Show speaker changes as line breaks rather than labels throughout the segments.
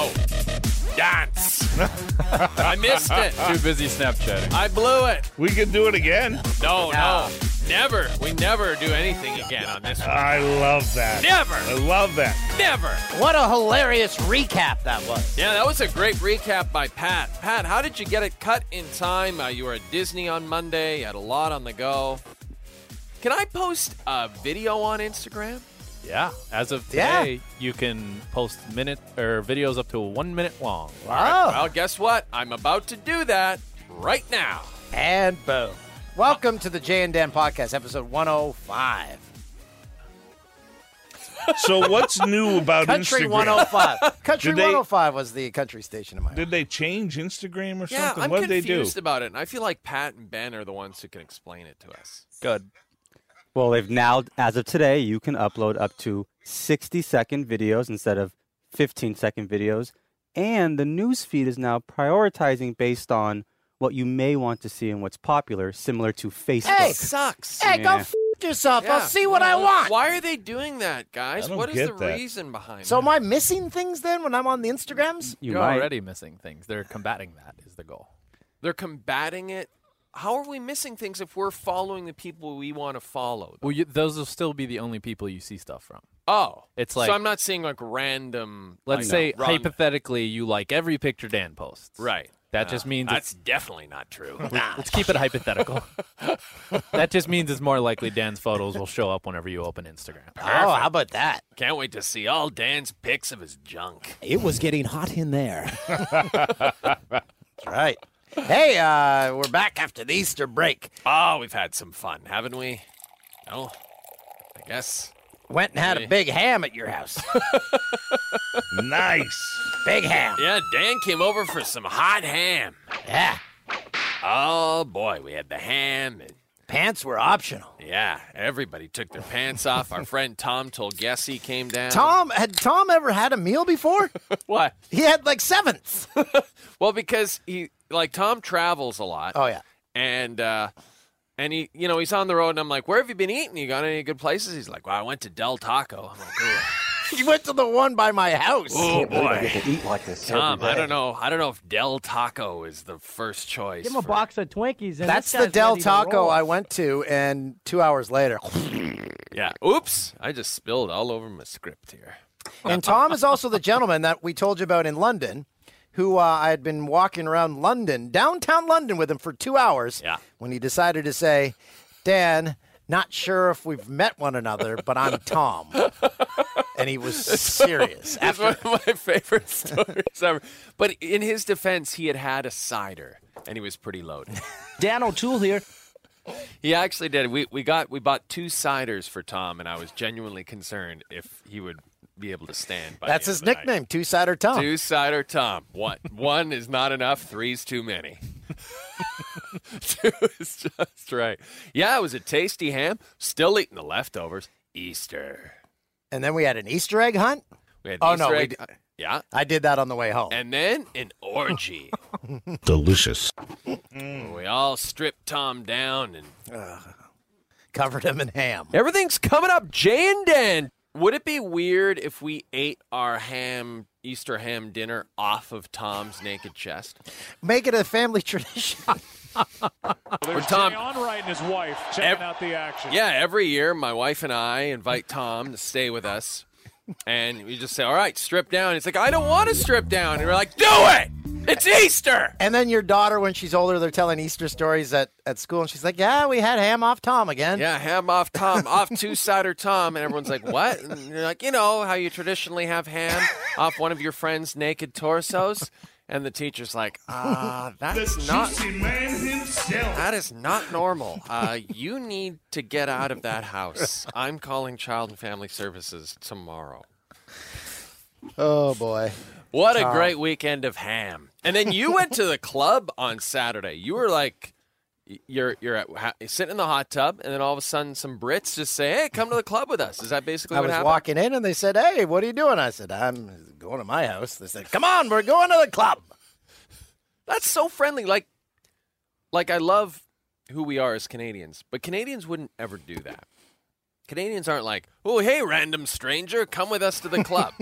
Oh, dance. I missed it.
Too busy Snapchatting.
I blew it.
We could do it again.
No, no. Never. We never do anything again on this one.
I love that. I
Never.
love that.
Never.
What a hilarious recap that was.
Yeah, that was a great recap by Pat. Pat, how did you get it cut in time? Uh, you were at Disney on Monday. You had a lot on the go. Can I post a video on Instagram?
Yeah. As of
Yeah.
today, you can post minute or videos up to one minute long.
Wow.
Well, guess what? I'm about to do that right now.
And boom. Welcome to the Jay and Dan podcast, episode 105.
So what's new about
Country
Instagram?
oh-
105. Country
Did they-
105 was the country station in my
Did they change Instagram or
Yeah,
something?
I'm
what did they do?
confused about it, and I feel like Pat and Ben are the ones who can explain it to us.
Good.
Well, they've now, as of today, you can upload up to 60 second videos instead of 15 second videos. And the news feed is now prioritizing based on what you may want to see and what's popular, similar to Facebook.
Hey,
Sucks.
Hey, go
Yeah.
f- yourself.
Yeah.
I'll see what I
Well,
want.
Why are they doing that, guys?
I don't
What is
get
the
that.
reason behind
So
it?
am I missing things then when I'm on the Instagrams?
You
You're
might.
already missing things. They're combating that is the goal.
They're combating it. How are we missing things if we're following the people we want to follow?
Well, you, those will still be the only people you see stuff from.
Oh,
It's
so.
like-
I'm not seeing like random.
Let's
like,
say
run-
hypothetically you like every picture Dan posts.
Right.
That just means
That's
it's,
definitely not true.
let's keep it hypothetical. that just means it's more likely Dan's photos will show up whenever you open Instagram.
Oh, how about that?
Can't wait to see all Dan's pics of his junk.
It was getting hot in there.
That's right. Hey, uh, we're back after the Easter break.
Oh, we've had some fun, haven't we? No, I guess.
Went and had a big ham at your house.
Nice.
big ham.
Yeah, Dan came over for some hot ham.
Yeah.
Oh boy, we had the ham and
Pants were optional.
yeah, everybody took their pants off. Our friend Tom Tolgesi came down.
Tom, had Tom ever had a meal before?
what?
he had like seventh.
Well, because he like Tom travels a lot.
Oh, yeah.
and uh, and he, you know, he's on the road, and I'm like, "Where have you been eating? You got any good places?" He's like, "Well, I went to Del Taco." I'm like, "Ooh,
He went to the one by my house.
"Oh, boy,
get to eat like this.
Tom, I don't know, I don't know if Del Taco is the first choice."
Give him a
for-
box of Twinkies. And
That's
this
the
guy's
Del
ready to
Taco
roll.
I went to, and two hours later.
Yeah. Oops, I just spilled all over my script here.
and Tom is also the gentleman that we told you about in London, who uh, I had been walking around London, downtown London, with him for two hours.
Yeah.
When he decided to say, Dan, not sure if we've met one another, but I'm Tom. and he was serious.
That's one of my favorite stories ever. But in his defense, he had had a cider, and he was pretty loaded.
Dan O'Toole here.
He actually did. We we got we bought two ciders for Tom, and I was genuinely concerned if he would be able to stand. By the
That's
end
his
of the night.
nickname, Two Sider Tom.
Two cider Tom. One one is not enough. Three's too many. Two is just right. Yeah, it was a tasty ham. Still eating the leftovers. Easter.
And then we had an Easter egg hunt.
We had
Oh,
Easter
no, we
egg-
d-
yeah,
I did that on the way home.
and then an orgy. Mm.
Delicious.
we all stripped Tom down, and
Covered him in ham.
everything's coming up. Jay and Dan. Would it be weird if we ate our ham Easter ham dinner off of Tom's naked chest?
Make it a family tradition.
Or Tom
Onright and his wife
Ev-
checking out the action.
Yeah, every year my wife and I invite Tom to stay with us. And we just say, all right, strip down. He's like, I don't want to strip down. And we're like, do it! It's Easter!
And then your daughter, when she's older, they're telling Easter stories at, at school, and she's like, "Yeah, we had ham off Tom again."
Yeah, ham off Tom, off two sider Tom. And everyone's like, what? And you're like, you know how you traditionally have ham off one of your friend's naked torsos? And the teacher's like, ah, that's not.
man himself.
That is not normal. Uh, you need to get out of that house. I'm calling Child and Family Services tomorrow.
Oh boy.
What a great weekend of ham! And then you went to the club on Saturday. You were like, y- you're you're at, ha- sitting in the hot tub, and then all of a sudden, some Brits just say, "Hey, come to the club with us." Is that basically
I
what
was
happened?
walking in, and they said, "Hey, what are you doing?" I said, "I'm going to my house." They said, "Come on, we're going to the club."
That's so friendly. Like, like I love who we are as Canadians, but Canadians wouldn't ever do that. Canadians aren't like, "Oh, hey, random stranger, come with us to the club."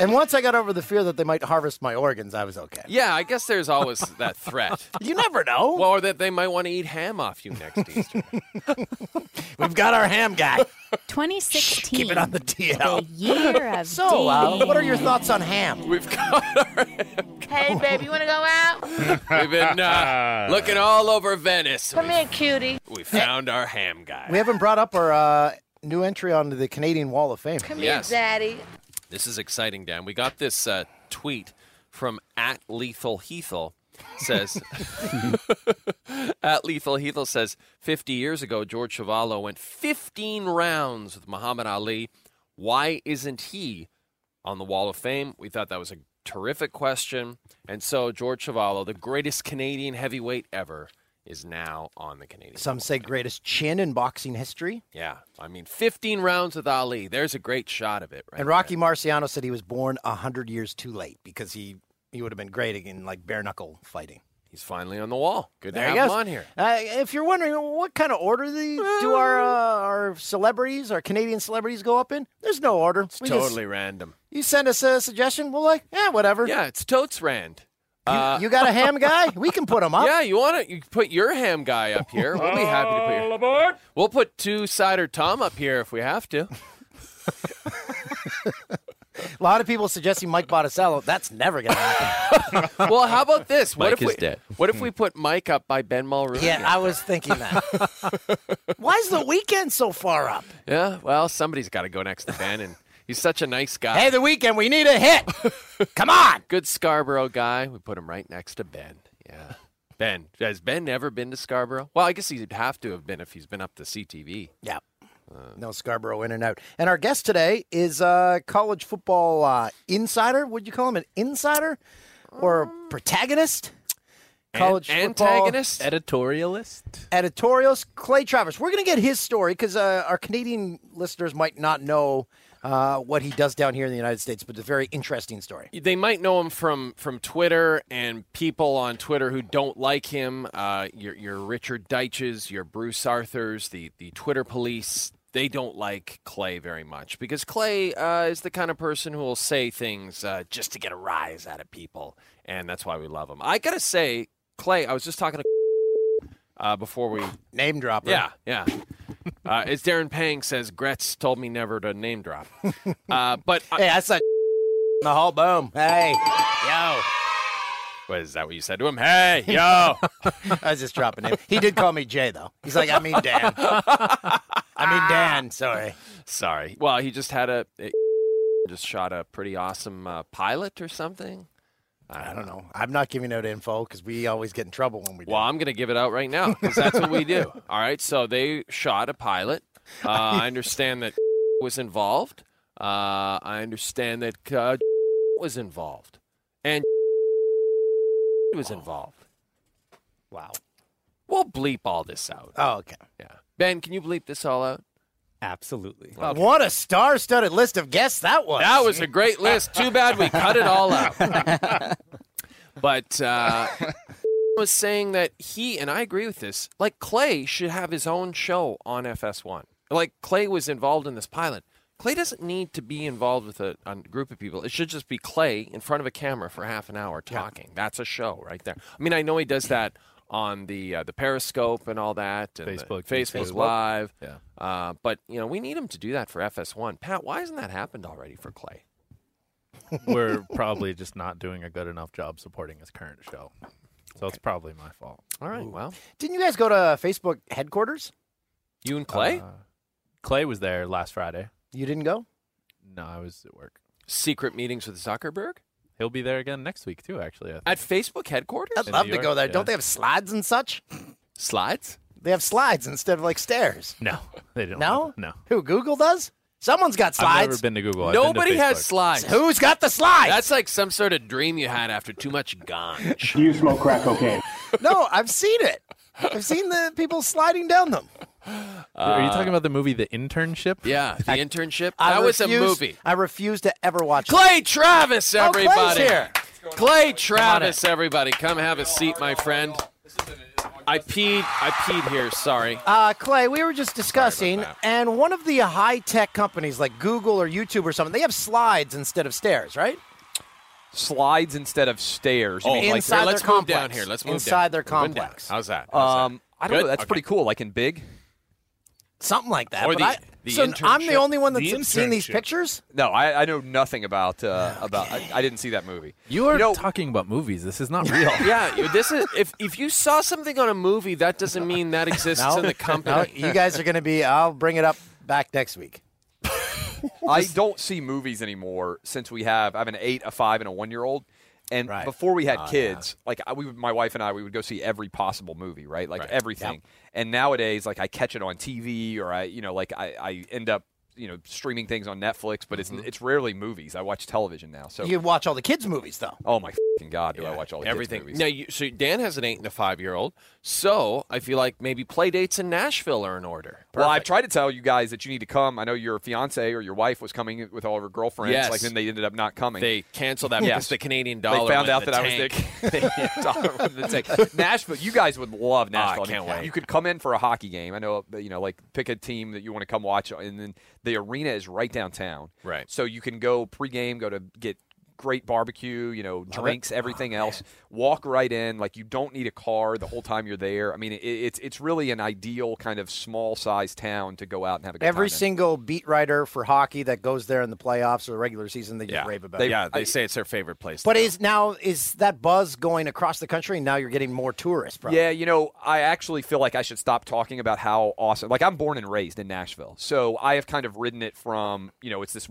And once I got over the fear that they might harvest my organs, I was okay.
Yeah, I guess there's always that threat.
You never know.
Well, or that they might want to eat ham off you next Easter.
We've got our ham guy.
2016.
Keep it on the
the
DL.
year of
So, uh,
dating.
what are your thoughts on ham?
We've got our,
Hey, babe, you want to go out?
we've been uh, looking all over Venice.
Come
and
here, cutie.
We, we found our ham guy.
We haven't brought up our uh, new entry onto the Canadian Wall of Fame.
Come
Yes.
here, daddy.
This is exciting, Dan. We got this uh, tweet from at Lethal Heathel says at Lethal Heathel says 50 years ago George Chavallo went 15 rounds with Muhammad Ali. Why isn't he on the Wall of Fame? We thought that was a terrific question, and so George Chavallo, the greatest Canadian heavyweight ever, is now on the Canadian.
Some say greatest chin in boxing history.
yeah, I mean 15 rounds with Ali. There's a great shot of it, right?
And Rocky Marciano said he was born 100 years too late because he, he would have been great in like bare knuckle fighting.
He's finally on the wall. Good
There
to
you
have
go.
him on here.
Uh, if you're wondering what kind of order the, do our uh, our celebrities, our Canadian celebrities, go up in, there's no order. We just-
totally random.
you send us a suggestion, we'll like, yeah, whatever.
Yeah, it's totes rand. Uh,
You got a ham guy? We can put him up.
yeah, you want it? You put your ham guy up here. We'll be happy to put your.
aboard.
We'll put two cider Tom up here if we have to.
A lot of people suggesting Mike Botticello. That's never gonna happen.
Well, how about this? What
Mike
if we
is dead.
What if we put Mike up by Ben Mulrooney?
yeah, I was thinking that. Why is the weekend so far up?
Yeah, Well, somebody's got to go next to Ben, and he's such a nice guy.
Hey, the weekend, we need a hit. Come on.
Good Scarborough guy. We put him right next to Ben. Yeah. Ben has Ben ever been to Scarborough? Well, I guess he'd have to have been if he's been up to CTV.
Yeah. Uh, No Scarborough in and out. And our guest today is a college football uh, insider. Would you call him an insider or a protagonist? College football
Um, antagonist.
Editorialist?
editorials. Clay Travers. We're going to get his story because uh, our Canadian listeners might not know uh, what he does down here in the United States, but it's a very interesting story.
they might know him from from Twitter and people on Twitter who don't like him. Uh, your your Richard Deitches, your Bruce Arthur's, the the Twitter police. They don't like Clay very much because Clay uh, is the kind of person who will say things uh, just to get a rise out of people, and that's why we love him. I gotta say, Clay, I was just talking to uh, before we
Name dropper.
yeah, yeah. Uh, as Darren Pang says, Gretz told me never to name drop. Uh, but
Hey, that's a in the whole boom. Hey, yo.
What, is that what you said to him? Hey, yo.
I was just dropping him. He did call me Jay, though. He's like, I mean Dan. I mean Dan, sorry.
Sorry. Well, he just had a it just shot a pretty awesome uh, pilot or something.
I don't know. I'm not giving out info because we always get in trouble when we do.
Well, I'm going to give it out right now because that's what we do. All right. So they shot a pilot. Uh, I understand that was involved. Uh, I understand that uh, was involved and was involved.
Wow.
We'll bleep all this out.
Oh, okay.
Yeah. Ben, can you bleep this all out?
Absolutely.
What a star-studded list of guests that was.
That was a great list. Too bad we cut it all out. but uh, was saying that he and I agree with this. Like Clay should have his own show on FS1. Like Clay was involved in this pilot. Clay doesn't need to be involved with a, a group of people. It should just be Clay in front of a camera for half an hour talking. That's a show right there. I mean, I know he does that on the uh, the Periscope and all that, and the
Facebook,
Facebook
YouTube.
Live.
Yeah.
Uh, but you know, we need him to do that for FS1. Pat, why hasn't that happened already for Clay?
We're probably just not doing a good enough job supporting his current show. So it's probably my fault.
All right, well,
Didn't you guys go to Facebook headquarters?
you and Clay,
Uh, Clay was there last Friday.
You didn't go?
No, I was at work.
secret meetings with Zuckerberg
He'll be there again next week too. Actually, I think.
at Facebook headquarters.
I'd
In
love
New
to
York,
go there.
yeah.
Don't they have slides and such?
Slides.
They have slides instead of like stairs.
no, they didn't.
No?
no.
Who, Google does? Someone's got
I've never
slides.
been to Google. I've been to
Nobody has
Facebook.
slides.
Who's got the slides?
That's like some sort of dream you had after too much ganj.
Do you smoke crack cocaine?
no, I've seen it. I've seen the people sliding down them.
Uh, Are you talking about the movie The Internship?
Yeah, the internship.
I
that was a
refuse-
movie.
I refuse to ever watch. it.
Clay Travis,
Oh, Clay's
everybody.
here.
Clay Travis, everybody. Come have a seat, my friend. I peed. I peed here. Sorry.
Uh, Clay, we were just discussing,
that.
and one of the high tech companies like Google or YouTube or something, they have slides instead of stairs, right?
Slides instead of stairs. You mean like-
Inside
Here, let's
their
move
complex.
down here. Let's move
Inside
down.
their
We're moving down.
complex.
How's that? How's that?
um, I don't
Good?
know. That's
Okay.
pretty cool. Like in big.
Something like that.
Or
but
the-
I,
the
so I'm the
internship.
only one
The
that's seen these
internship.
pictures.
No, I, I know nothing about uh, about. I, I didn't see that movie.
You are
know-
talking about movies. This is not real.
Yeah, you- this is if if you saw something on a movie, that doesn't mean that exists in the
No,
company.
you guys are going to be. I'll bring it up back next week.
I don't see movies anymore since we have. I have an eight, a five, and a one-year-old. And
Right.
before we had kids, like I, we, would- my wife and I, we would go see every possible movie, right? Like everything. And nowadays, like I catch it on TV, or I, you know, like I, I end up, you know, streaming things on Netflix. But it's it's rarely movies. I watch television now. So
You watch all the kids' movies, though.
oh my fing god, do I watch all the kids'
Everything.
movies?
Now, you, so Dan has an eight and a five year old. So I feel like maybe play dates in Nashville are in order.
Well, I've tried to tell you guys that you need to come. I know your fiance or your wife was coming with all of her girlfriends.
Yes.
Like then they ended up not coming.
They cancel that
Yeah.
because the Canadian
They
dollar.
found
went
out
in the
that
tank.
I was there. Dollar went in the tank. Nashville, you guys would love Nashville.
Ah, I can't wait.
You could come in for a hockey game. I know, you know, like pick a team that you want to come watch, and then the arena is right downtown.
Right.
So you can go pregame, go to get great barbecue, you
Oh,
know, drinks, everything else. Walk right in. Like you don't need a car the whole time you're there. I mean, it, it's it's really an ideal kind of small sized town to go out and have a good
Every
time in.
single beat writer for hockey that goes there in the playoffs or the regular season, they just
Yeah.
rave about
They-
it.
yeah, they say it's their favorite place.
But
to go.
is now is that buzz going across the country? And now you're getting more tourists, probably.
Yeah, you know, I actually feel like I should stop talking about how awesome. Like I'm born and raised in Nashville, so I have kind of ridden it from you know it's this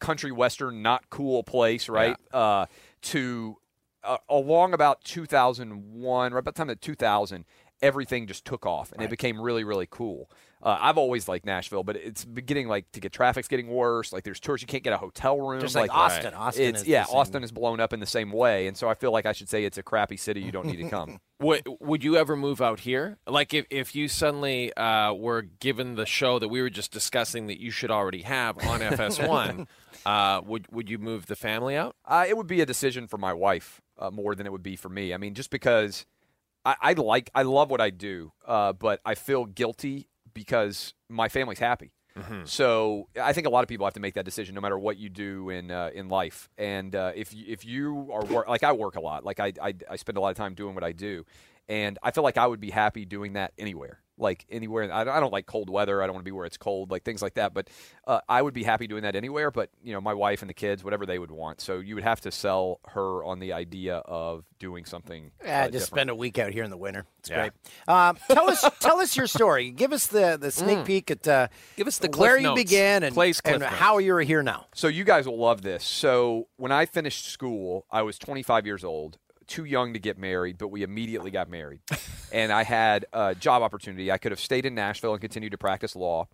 country western, not cool place, right? Uh, to uh, along about 2001, right about the time of 2000, everything just took off and it became really, really cool. Uh, I've always liked Nashville, but it's beginning like to get traffic's getting worse. Like there's tours, you can't get a hotel room.
Just like Austin. Austin
it's,
is the
yeah,
same.
Austin is blown up in the same way, and so I feel like I should say it's a crappy city. You don't need to come.
Would, would you ever move out here? Like, if, if you suddenly uh, were given the show that we were just discussing that you should already have on FS1, uh, would would you move the family out?
Uh, it would be a decision for my wife uh, more than it would be for me. I mean, just because I, I like, I love what I do, uh, but I feel guilty because my family's happy. So I think a lot of people have to make that decision, no matter what you do in uh, in life. And uh, if you, if you are wor- like I work a lot, like I, I I spend a lot of time doing what I do, and I feel like I would be happy doing that anywhere, like anywhere. I don't, I don't like cold weather. I don't want to be where it's cold, like things like that. But uh, I would be happy doing that anywhere. But you know, my wife and the kids, whatever they would want. So you would have to sell her on the idea of doing something.
Yeah,
uh,
just
different.
spend a week out here in the winter. It's
Yeah.
great. Um, tell us, tell us your story. Give us the, the sneak peek at uh,
Mm. Give us the
where
Cliff
you
Notes.
began and,
Clay's Cliff
and
Notes.
how you're here now.
So you guys will love this. So when I finished school, I was 25 years old, too young to get married, but we immediately got married, and I had a job opportunity. I could have stayed in Nashville and continued to practice law.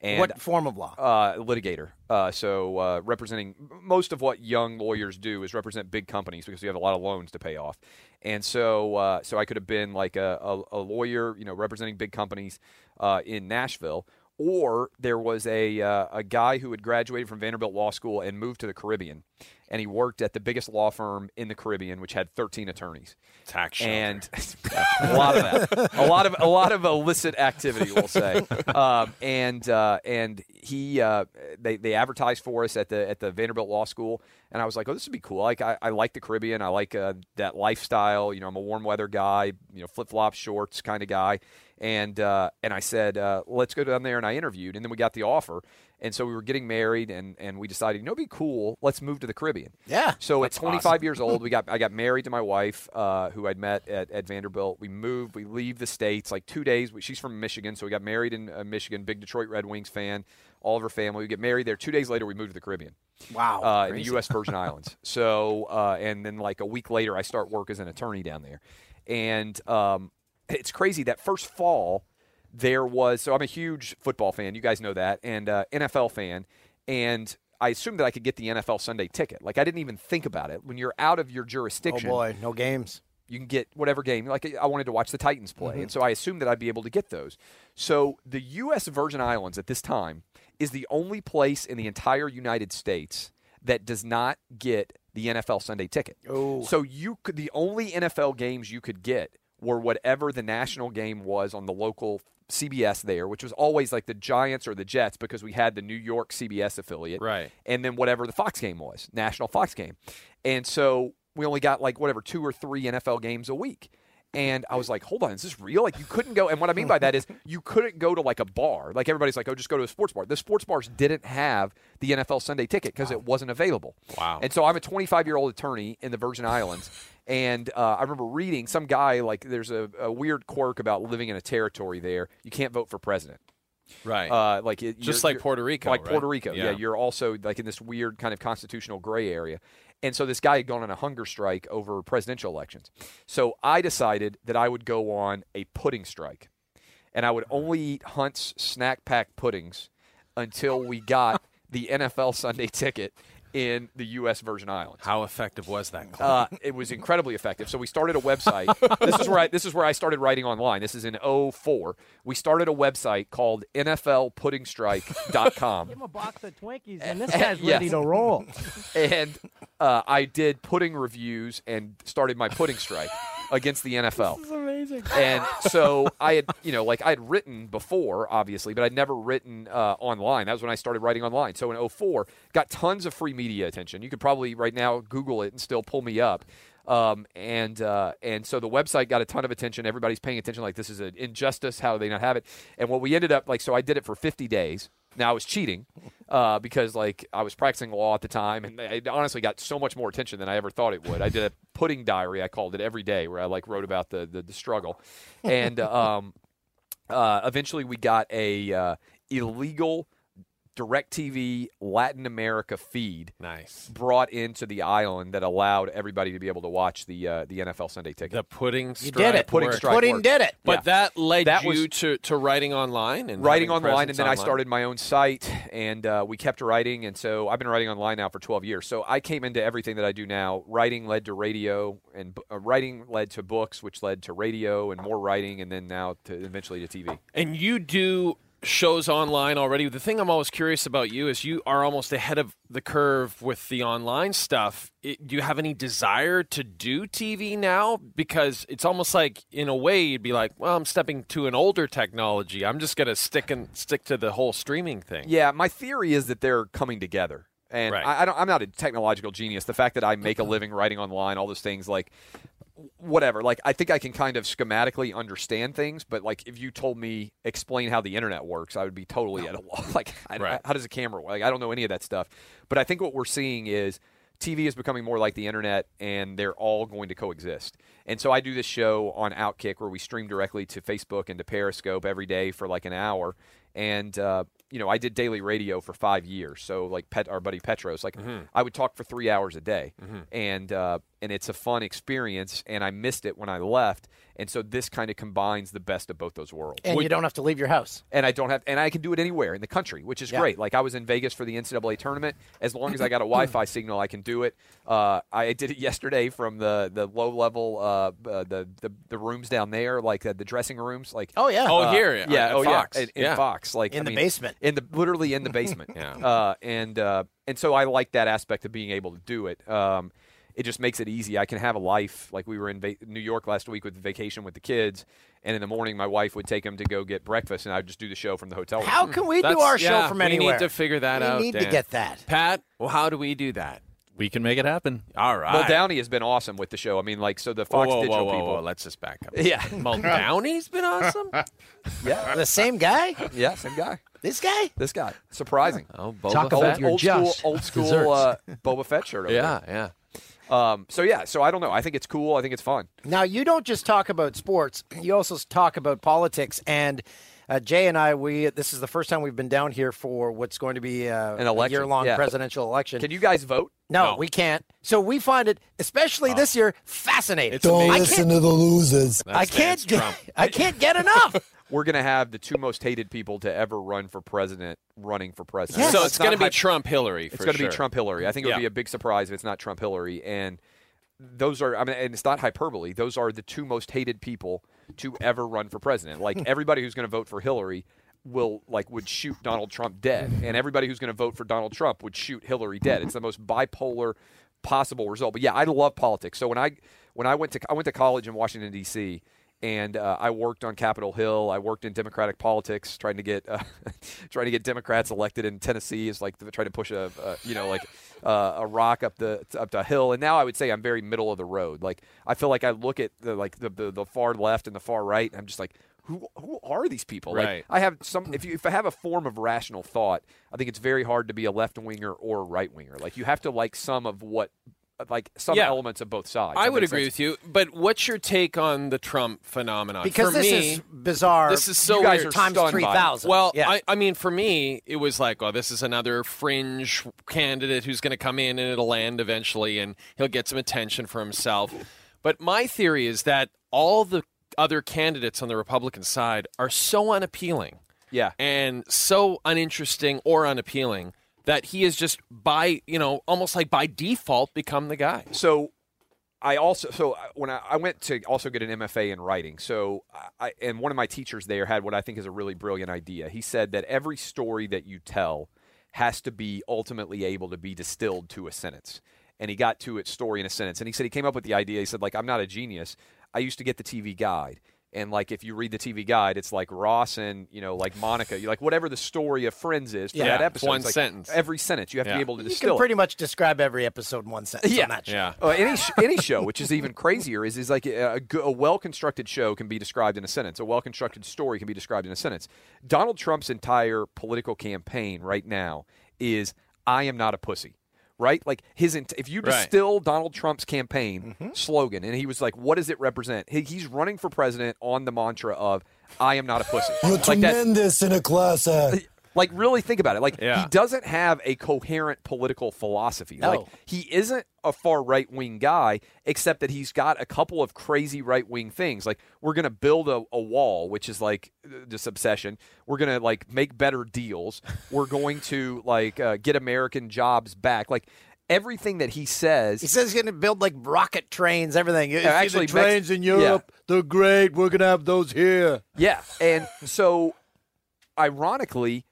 And
what form of
Oh,
law?
uh, litigator. Uh, so uh, representing most of what young lawyers do is represent big companies because you have a lot of loans to pay off. And so, uh, so I could have been like a, a, a lawyer, you know, representing big companies uh, in Nashville. Or there was a, uh, a guy who had graduated from Vanderbilt Law School and moved to the Caribbean. And he worked at the biggest law firm in the Caribbean, which had 13 attorneys
Tax
and a lot of that, a lot of a lot of illicit activity, we'll say. Um, and uh, and he uh, they they advertised for us at the at the Vanderbilt Law School, and I was like, oh, this would be cool. Like I, I like the Caribbean, I like uh, that lifestyle. You know, I'm a warm weather guy, you know, flip flop shorts kind of guy. And uh, and I said, uh, let's go down there, and I interviewed, and then we got the offer. And so we were getting married, and, and we decided, you know, it'd be cool. Let's move to the Caribbean.
Yeah.
So at 25 years old, we got I got married to my wife, uh, who I'd met at, at Vanderbilt. We moved. We leave the states like two days. We- She's from Michigan, so we got married in uh, Michigan. Big Detroit Red Wings fan. All of her family. We get married there. Two days later, we moved to the Caribbean,
Wow.
uh, in the
Crazy.
U.S. Virgin Islands. So uh, and then like a week later, I start work as an attorney down there, and um, it's crazy that first fall there was so I'm a huge football fan. You guys know that, and uh, NFL fan, and I assumed that I could get the NFL Sunday ticket. Like I didn't even think about it. When you're out of your
oh
jurisdiction,
boy, no games.
you can get whatever game. Like I wanted to watch the Titans play, and so I assumed that I'd be able to get those. So the U.S. Virgin Islands at this time is the only place in the entire United States that does not get the NFL Sunday ticket.
Oh.
So you could the only NFL games you could get were whatever the national game was on the local CBS there, which was always like the Giants or the Jets because we had the New York CBS affiliate.
Right.
And then whatever the Fox game was, national Fox game. And so we only got like whatever two or three NFL games a week. And I was like, hold on, is this real? Like, you couldn't go. And what I mean by that is you couldn't go to like a bar. Like, everybody's like, oh, just go to a sports bar. The sports bars didn't have the NFL Sunday ticket because it wasn't available.
Wow.
And so I'm a 25 year old attorney in the Virgin Islands. And uh, I remember reading some guy, like, there's a, a weird quirk about living in a territory there. You can't vote for president.
Right.
Uh, like it,
Just
you're-
like
you're-
Puerto Rico,
Like
right?
Puerto Rico. Yeah.
Yeah.
You're also like in this weird kind of constitutional gray area. And so this guy had gone on a hunger strike over presidential elections. So I decided that I would go on a pudding strike. And I would
Mm-hmm.
only eat Hunt's snack pack puddings until we got the NFL Sunday ticket in the U.S. Virgin Islands.
How effective was that club?
Uh, it was incredibly effective. So we started a website. this is where I, this is where I started writing online. This is in 04. We started a website called NFLpuddingstrike.com.
a box of Twinkies, and this guy's
Yes.
ready to roll.
and uh, I did pudding reviews and started my pudding strike against the NFL.
amazing.
And so I had, you know, like I had written before, obviously, but I'd never written uh, online. That was when I started writing online. So in 04, got tons of free media attention. You could probably right now Google it and still pull me up. Um, and uh, and so the website got a ton of attention. Everybody's paying attention. Like this is an injustice. How do they not have it? And what we ended up like, so I did it for 50 days. Now I was cheating uh, because like I was practicing law at the time, and it honestly got so much more attention than I ever thought it would. I did a pudding diary, I called it every day, where I like wrote about the the, the struggle, and um, uh, eventually we got a uh, illegal Directv Latin America feed
nice.
brought into the island that allowed everybody to be able to watch the uh, the NFL Sunday ticket.
The pudding strike.
did it.
Pudding
worked.
strike worked.
it.
But
Yeah.
that led
That
you
was-
to, to writing online and
writing
having
online,
presence
and then I
online?
started my own site, and uh, we kept writing, and so I've been writing online now for 12 years. So I came into everything that I do now. Writing led to radio, and bu- uh, writing led to books, which led to radio, and more writing, and then now to eventually to TV.
And you do shows online already. The thing I'm always curious about you is you are almost ahead of the curve with the online stuff. It, do you have any desire to do TV now? Because it's almost like, in a way, you'd be like, well, I'm stepping to an older technology. I'm just going to stick and stick to the whole streaming thing.
Yeah, my theory is that they're coming together. And
Right.
I, I don't, I'm not a technological genius. The fact that I make a living writing online, all those things, like whatever. Like I think I can kind of schematically understand things, but like if you told me explain how the internet works, I would be totally at a wall. Like I,
Right.
how does a camera work? Like I don't know any of that stuff. But I think what we're seeing is TV is becoming more like the internet, and they're all going to coexist. And so I do this show on Outkick where we stream directly to Facebook and to Periscope every day for like an hour, and. Uh, you know, I did daily radio for five years. So, like, Pet, our buddy Petros, like, I would talk for three hours a day, and uh, and it's a fun experience. And I missed it when I left, and so this kind of combines the best of both those worlds
And you don't have to leave your house.
and I don't have, and I can do it anywhere in the country, which is great. Like I was in Vegas for the NCAA tournament. As long as I got a Wi-Fi signal, I can do it. Uh, I did it yesterday from the the low level, uh, uh, the, the the rooms down there, like uh, the dressing rooms, like
Oh, yeah.
Oh,
uh,
here. uh,
yeah,
at
oh
Fox.
yeah, in, in
yeah.
Fox, like
In
I
the
mean,
basement.
in the literally in the basement.
Yeah.
uh, and uh, and so I like that aspect of being able to do it. Um, it just makes it easy. I can have a life. Like we were in va- New York last week with vacation with the kids, and in the morning my wife would take them to go get breakfast, and I'd just do the show from the hotel. room.
How can we do
Oh. That's-
our show
yeah,
from
we need
anywhere?
to figure that
We
out,
need to
Dan.
get that.
Pat, well, how do we do that?
We can make it happen.
All right.
Well, Downey has been awesome with the show. I mean, like, so the
Whoa,
Fox
whoa,
Digital
whoa, whoa,
people.
whoa, Let's just back up.
Yeah.
Well, Downey's been awesome.
The same guy?
yeah, same guy.
This guy?
This guy. Surprising.
Oh, Boba
Talk
Fett.
about
Old,
your
old school,
just
old school
desserts.
uh, Boba Fett shirt. Over
Yeah, yeah.
There. Um, so yeah. So I don't know. I think it's cool. I think it's fun.
Now, you don't just talk about sports, you also talk about politics. And uh, Jay and I, we this is the first time we've been down here for what's going to be uh,
An election,
a year long
yeah.
presidential election.
Can you guys vote?
no, we can't. So we find it, especially this year, fascinating. I can't,
to the losers.
I can't, get, I can't get enough.
We're gonna have the two most hated people to ever run for president running for president.
Yes.
So
That's
it's going to
not
be
hype-
Trump Hillary.
It's
for
going to
sure.
be Trump Hillary. I think it would
Yeah.
be a big surprise if it's not Trump Hillary. And those are, I mean, and it's not hyperbole. Those are the two most hated people to ever run for president. Like everybody who's going to vote for Hillary will like would shoot Donald Trump dead, and everybody who's going to vote for Donald Trump would shoot Hillary dead. It's the most bipolar possible result. But yeah, I love politics. So when I when I went to I went to college in Washington D.C. and uh, I worked on Capitol Hill. I worked in Democratic politics, trying to get uh, trying to get Democrats elected in Tennessee. Is like th- trying to push a, a you know like uh, a rock up the up the hill. And now I would say I'm very middle of the road. Like I feel like I look at the like the the, the far left and the far right, and I'm just like. Who, who are these people?
Right.
Like I have some. If you if I have a form of rational thought, I think it's very hard to be a left winger or a right winger. Like you have to like some of what, like some
Yeah.
elements of both sides.
I
That
would
makes
agree
sense.
with you, but what's your take on the Trump phenomenon?
Because
for
this
me,
is bizarre.
This is so
You guys
weird.
are Times stunned by it. 3,000.
Well,
Yeah.
I, I mean, for me, it was like, oh, this is another fringe candidate who's going to come in and it'll land eventually, and he'll get some attention for himself. But my theory is that all the other candidates on the Republican side are so unappealing
Yeah.
and so uninteresting or unappealing that he is just by you know almost like by default become the guy.
So I also so I- when I, I went to also get an MFA in writing. So I and one of my teachers there had what I think is a really brilliant idea. He said that every story that you tell has to be ultimately able to be distilled to a sentence. And he got to its story in a sentence. And he said he came up with the idea. He said like I'm not a genius. I used to get the TV guide. And like if you read the TV guide, it's like Ross and you know like Monica, you like whatever the story of Friends is for
Yeah.
that
Yeah,
episode.
one
it's like
sentence.
Every sentence you have to
Yeah.
be able to
You
distill.
can
it.
pretty much describe every episode in one sentence.
Yeah.
on that show.
Yeah.
Uh, any sh- any show, which is even crazier, is is like uh, a, a go- a well constructed show can be described in a sentence. A well constructed story can be described in a sentence. Donald Trump's entire political campaign right now is "I am not a pussy." Right, like his. Ent- if you
Right. Mm-hmm.
distill Donald Trump's campaign slogan, and he was like, "What does it represent?" He, he's running for president on the mantra of "I am not a pussy." like that,
in a class uh, act.
like really think about it. Like
Yeah.
he doesn't have a coherent political philosophy. Like
No.
he isn't a far right wing guy, except that he's got a couple of crazy right wing things. Like we're gonna build a, a wall, which is like uh, this obsession. We're gonna like make better deals. We're going to like uh, get American jobs back. Like everything that he says.
He says he's going to build like rocket trains, everything. You see
actually,
the
Mex-
trains in
yeah.
Europe, they're great. We're going to have those here.
Yeah. And so, ironically,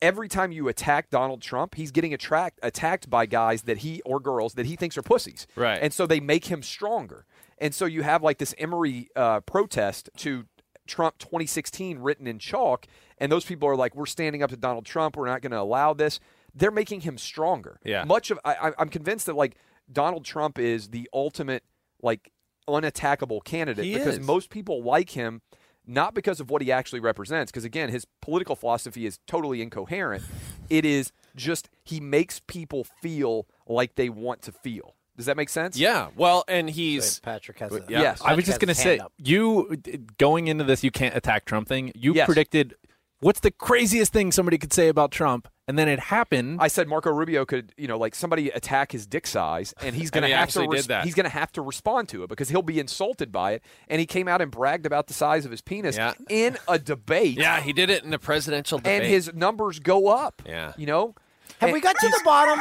every time you attack Donald Trump, he's getting attract, attacked by guys that he or girls that he thinks are pussies.
Right.
And so they make him stronger. And so you have like this Emory uh, protest to Trump 2016 written in chalk. And those people are like, we're standing up to Donald Trump. We're not going to allow this. They're making him stronger.
Yeah.
Much of, I, I- I'm convinced that like Donald Trump is the ultimate, like, unattackable candidate
He
because
is.
most people like him not because of what he actually represents because again his political philosophy is totally incoherent it is just he makes people feel like they want to feel does that make sense
Yeah. Well, and he's
Patrick has a,
Yes.
I was just
Patrick has
gonna
his
say
hand up.
you d- going into this. You can't attack Trump thing. You
Yes.
predicted what's the craziest thing somebody could say about Trump, and then it happened.
i said marco rubio could you know like somebody attack his dick size and he's going
he
to have to
actually did
res-
that.
he's going to have to respond to it because he'll be insulted by it and he came out and bragged about the size of his penis
Yeah.
in a debate
yeah, he did it in the presidential debate.
and his numbers go up
Yeah.
you know
Have
And
we got to the bottom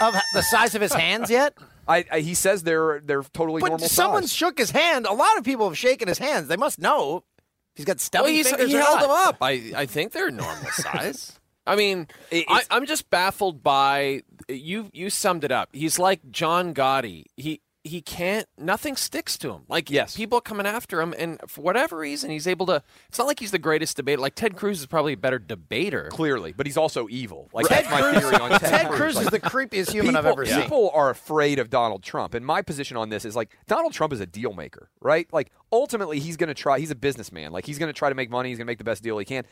of the size of his hands yet?
I, I, he says they're they're totally
But
normal
someone
size.
shook his hand. A lot of people have shaken his hands. They must know if he's got stubby
Well, he's,
fingers.
he
or
held
not.
them up. I, I think they're normal size. I mean, I, I'm just baffled by you. You summed it up. He's like John Gotti. He he can't. Nothing sticks to him. Like
Yes.
people coming after him, and for whatever reason, he's able to. It's not like he's the greatest debater. Like Ted Cruz is probably a better debater.
clearly, but he's also evil. Like
Ted
that's my
Cruz-
theory on Ted,
Ted Cruz
Like,
is the creepiest human
people,
I've ever seen.
people are afraid of Donald Trump, and my position on this is like Donald Trump is a deal maker, right? Like ultimately, he's going to try. He's a businessman. Like he's going to try to make money. He's going to make the best deal he can.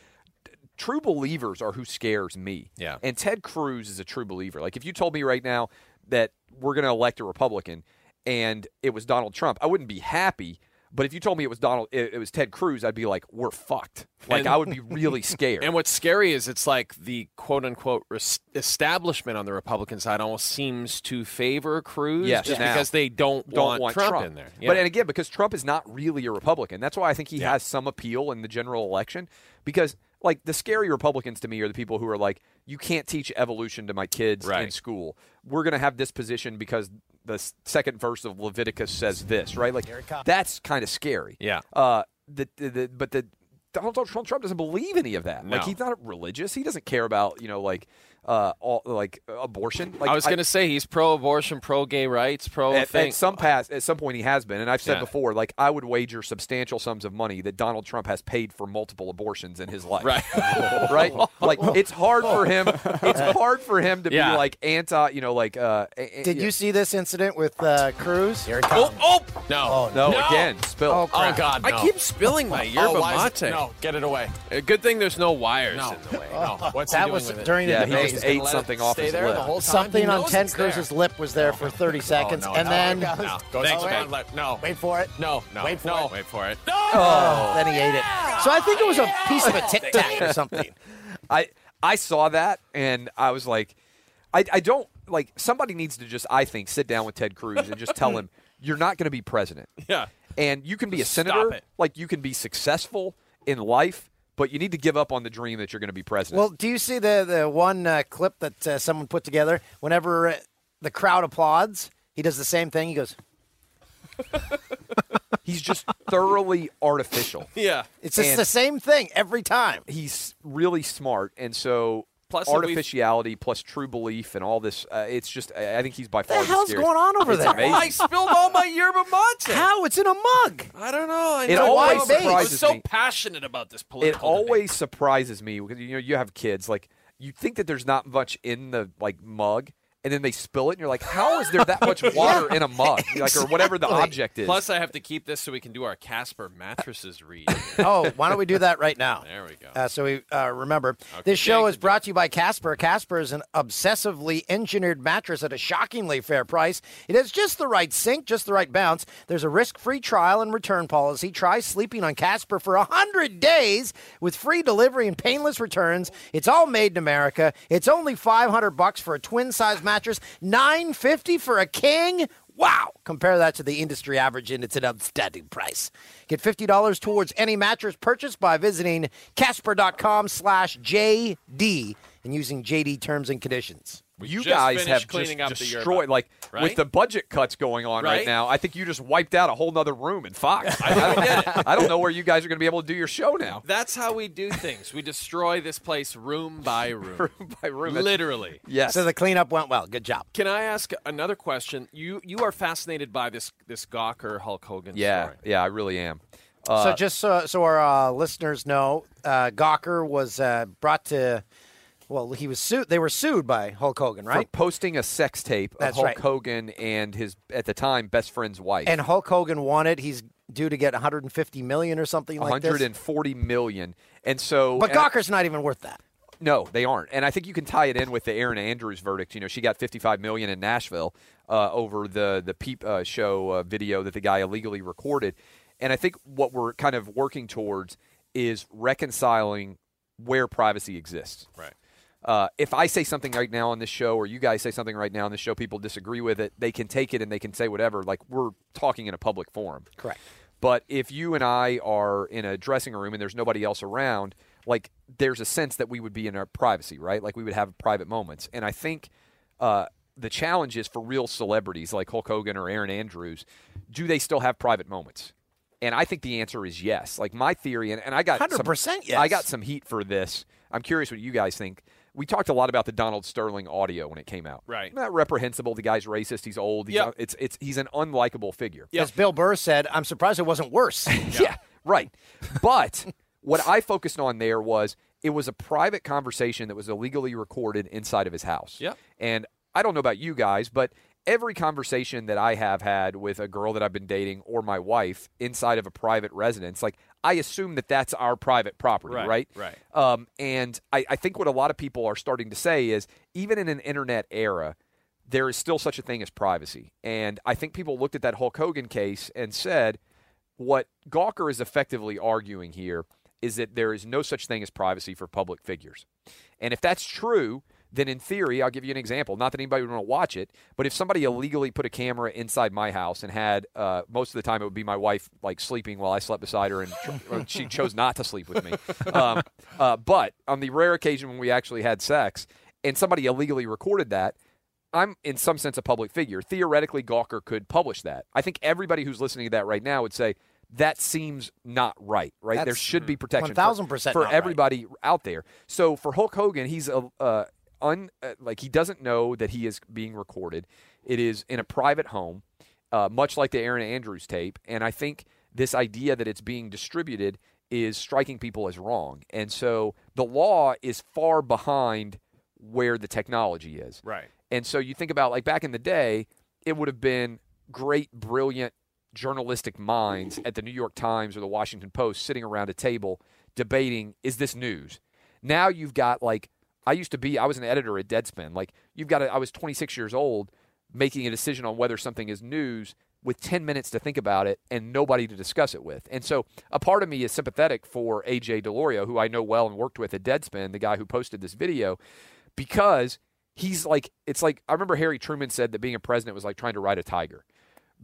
True believers are who scares me.
Yeah.
And Ted Cruz is a true believer. Like if you told me right now that we're going to elect a Republican and it was Donald Trump, I wouldn't be happy. But if you told me it was Donald, it, it was Ted Cruz, I'd be like, we're fucked. Like
And-
I would be really scared.
And what's scary is it's like the quote unquote res- establishment on the Republican side almost seems to favor Cruz
Yes,
just
now.
because they don't,
don't
want, Trump, in there. Yeah.
But and again, because Trump is not really a Republican, that's why I think he
Yeah.
has some appeal in the general election. Because like the scary Republicans to me are the people who are like, you can't teach evolution to my kids in
Right.
school. We're gonna have this position because the s- second verse of Leviticus says this, right? Like that's kind of scary.
Yeah.
Uh, the, the, the but the. Donald Trump, Trump doesn't believe any of that. Like
No.
he's not religious. He doesn't care about you know like uh, all, like abortion. Like
I was going to say he's pro-abortion, pro-gay rights, pro
at,
thing.
at some past at some point he has been and i've said
Yeah.
before like i would wager substantial sums of money that donald trump has paid for multiple abortions in his life right right like it's hard for him it's hard for him to
Yeah.
be like anti you know like uh a- a-
Did
yeah.
you see this incident with uh, Cruz? Here it comes.
Oh, no.
no, again spill
Oh, crap.
God,
no.
I keep spilling my yerba
Oh, why is
mate.
it- no,
get it away. good thing there's no wires
No.
in the way. No. What's
that was during the debate. Something on Ted Cruz's lip was there
Oh,
for 30 seconds,
no,
and
no,
then
no. No. Go
Thanks,
to
man.
bed. Let- no.
Wait for it.
No, no,
Wait for
no.
it.
Wait for it.
Oh, then he ate it. So I think it was a piece of a Tic Tac or something.
I I saw that and I was like, I, I don't like somebody needs to just I think sit down with Ted Cruz and just tell him you're not going to be president.
Yeah.
and you can be
Just
a
stop
senator.
it.
Like you can be successful in life, but you need to give up on the dream that you're going to be president.
Well, do you see the the one uh, clip that uh, someone put together? Whenever uh, the crowd applauds, he does the same thing. He goes,
He's just thoroughly artificial.
Yeah,
"It's just
And- Oh,
the same thing every time."
He's really smart, and so
Plus that we've-
artificiality plus true belief and all this. Uh, it's just I I think he's by far
the hell's
scariest.
going on over
It's
there?
amazing.
I spilled all my yerba mate.
How? It's in a mug.
I don't know. I
It
know.
always
Why base? I was
surprises
so
me.
passionate about this
it
political
always surprises me because you know you have kids like you think that there's not much in the like mug and then they spill it and you're like how is there that much water in a mug like or whatever the
Exactly.
object is
Plus, I have to keep this so we can do our Casper mattresses read.
oh, why don't we do that right now?
There we go.
Uh, so we uh, remember
Okay,
this show is brought to you by Casper. Casper is an obsessively engineered mattress at a shockingly fair price. It has just the right sink, just the right bounce. There's a risk-free trial and return policy. Try sleeping on Casper for hundred days with free delivery and painless returns. It's all made in America. It's only five hundred bucks for a twin-size mattress, nine fifty for a king. Wow! Compare that to the industry average, and it's an outstanding price. Get fifty dollars towards any mattress purchase by visiting Casper.com/JD and using JD terms and conditions.
you
just
guys
finished
have
cleaning
just
up the yerba,
destroyed like with
right?
the budget cuts going on right?
Right?
now i think you just wiped out a whole nother room in fox I, don't, I don't know where you guys are going to be able to do your show now
That's how we do things. We destroy this place room by room.
room by room That's-
Literally.
yes
So the cleanup went well. Good job.
Can I ask another question? You you are fascinated by this this Gawker Hulk Hogan
yeah
story.
yeah i really am
so just so, so our uh, listeners know, uh, Gawker was uh, brought to. Well, he was sued. They were sued by Hulk Hogan, right?
for posting a sex tape of
That's
Hulk
right.
Hogan and his at the time best friend's wife.
And Hulk Hogan wanted. He's due to get 150 million or something like this.
140 million. And so
But
and I-
Gawker's not even worth that.
no, they aren't. And I think you can tie it in with the Aaron Andrews verdict. You know, she got 55 million in Nashville uh, over the the peep uh, show uh, video that the guy illegally recorded. And I think what we're kind of working towards is reconciling where privacy exists.
Right.
Uh, if I say something right now on this show, or you guys say something right now on this show, people disagree with it. They can take it and they can say whatever. Like we're talking in a public forum.
Correct.
But if you and I are in a dressing room and there's nobody else around, like there's a sense that we would be in our privacy, right? Like we would have private moments. And I think uh, the challenge is for real celebrities like Hulk Hogan or Aaron Andrews, do they still have private moments? And I think the answer is yes. Like my theory, and, and I got some-
100% yes.
I got some heat for this. I'm curious what you guys think. We talked a lot about the Donald Sterling audio when it came out.
Right.
Not reprehensible. The guy's racist. He's old. He's
Yep.
un- it's it's he's an unlikable figure.
Yeah.
As Bill Burr said, I'm surprised it wasn't worse.
Yeah, right. But what I focused on there was it was a private conversation that was illegally recorded inside of his house.
Yep.
And I don't know about you guys, but every conversation that I have had with a girl that I've been dating or my wife inside of a private residence, like I assume that that's our private property,
Right,
right?
right.
Um, and I, I think what a lot of people are starting to say is even in an internet era, there is still such a thing as privacy. And I think people looked at that Hulk Hogan case and said, what Gawker is effectively arguing here is that there is no such thing as privacy for public figures. And if that's true, then in theory, I'll give you an example. Not that anybody would want to watch it, but if somebody illegally put a camera inside my house and had, uh, most of the time it would be my wife like sleeping while I slept beside her, and or she chose not to sleep with me. Um, uh, but on the rare occasion when we actually had sex, and somebody illegally recorded that, I'm in some sense a public figure. Theoretically, Gawker could publish that. I think everybody who's listening to that right now would say that seems not right. Right? there
That's
should be protection for-
1000%
for
not right.
everybody out there. So for Hulk Hogan, he's a. Uh, un uh, like he doesn't know that he is being recorded. It is in a private home, uh, much like the Aaron Andrews tape. And I think this idea that it's being distributed is striking people as wrong. And so the law is far behind where the technology is.
Right.
And so you think about like back in the day, it would have been great, brilliant journalistic minds at the New York Times or the Washington Post sitting around a table debating is this news? Now you've got like I used to be I was an editor at Deadspin. Like you've got a, I was 26 years old making a decision on whether something is news with 10 minutes to think about it and nobody to discuss it with. And so a part of me is sympathetic for AJ Deloria, who I know well and worked with at Deadspin, the guy who posted this video, because he's like, it's like, I remember Harry Truman said that being a president was like trying to ride a tiger.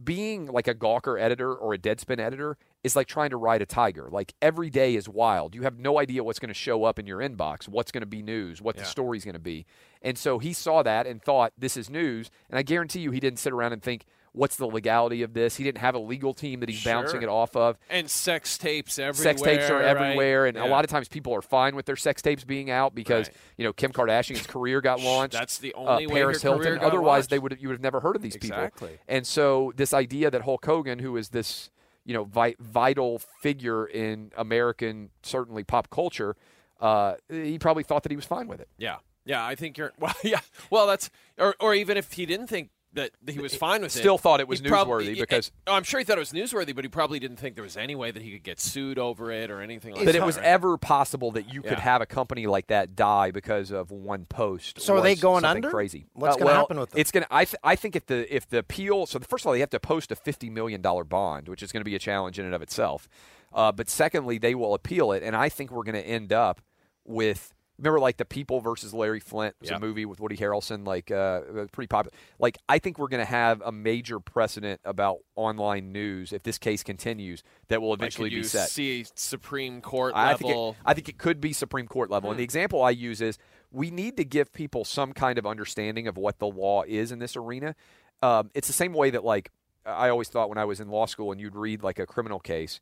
Being like a Gawker editor or a Deadspin editor is like trying to ride a tiger. Like every day is wild. You have no idea what's going to show up in your inbox, what's going to be news, what the
Yeah.
story's going to be. And so he saw that and thought, this is news. And I guarantee you he didn't sit around and think, what's the legality of this? He didn't have a legal team that he's bouncing
Sure.
it off of.
And sex tapes everywhere.
Sex tapes are
right?
everywhere, and
Yeah.
a lot of times people are fine with their sex tapes being out because
Right.
you know Kim Kardashian's career got launched.
That's the
uh,
only way her
Paris
career
Hilton.
got
Otherwise,
launched.
they would you would have never heard of these
Exactly.
people. And so this idea that Hulk Hogan, who is this you know vi- vital figure in American certainly pop culture, uh, he probably thought that he was fine with it.
Yeah, yeah. I think you're. Well, yeah. Well, that's or or even if he didn't think that he was fine with it,
Still thought it was
he probably-
newsworthy because-
Oh, I'm sure he thought it was newsworthy, but he probably didn't think there was any way that he could get sued over it or anything like
that
that.
it was
right?
ever possible that you could
Yeah.
have a company like that die because of one post.
So are they
was
going
something
under?
Crazy. Uh,
What's gonna
well,
happen with them?
It's going to. I th- I think if the if the appeal. So the, first of all, they have to post a fifty million dollar bond, which is going to be a challenge in and of itself. Uh, but secondly, they will appeal it, and I think we're going to end up with. Remember, like the People versus Larry Flint was
Yeah.
a movie with Woody Harrelson, like uh, pretty popular. Like, I think we're going to have a major precedent about online news if this case continues that will
Like, could
eventually
you
be set.
See Supreme Court
I think,
level. Hmm.
it, I think it could be Supreme Court level. And the example I use is we need to give people some kind of understanding of what the law is in this arena. Um, it's the same way that, like, I always thought when I was in law school and you'd read, like, a criminal case,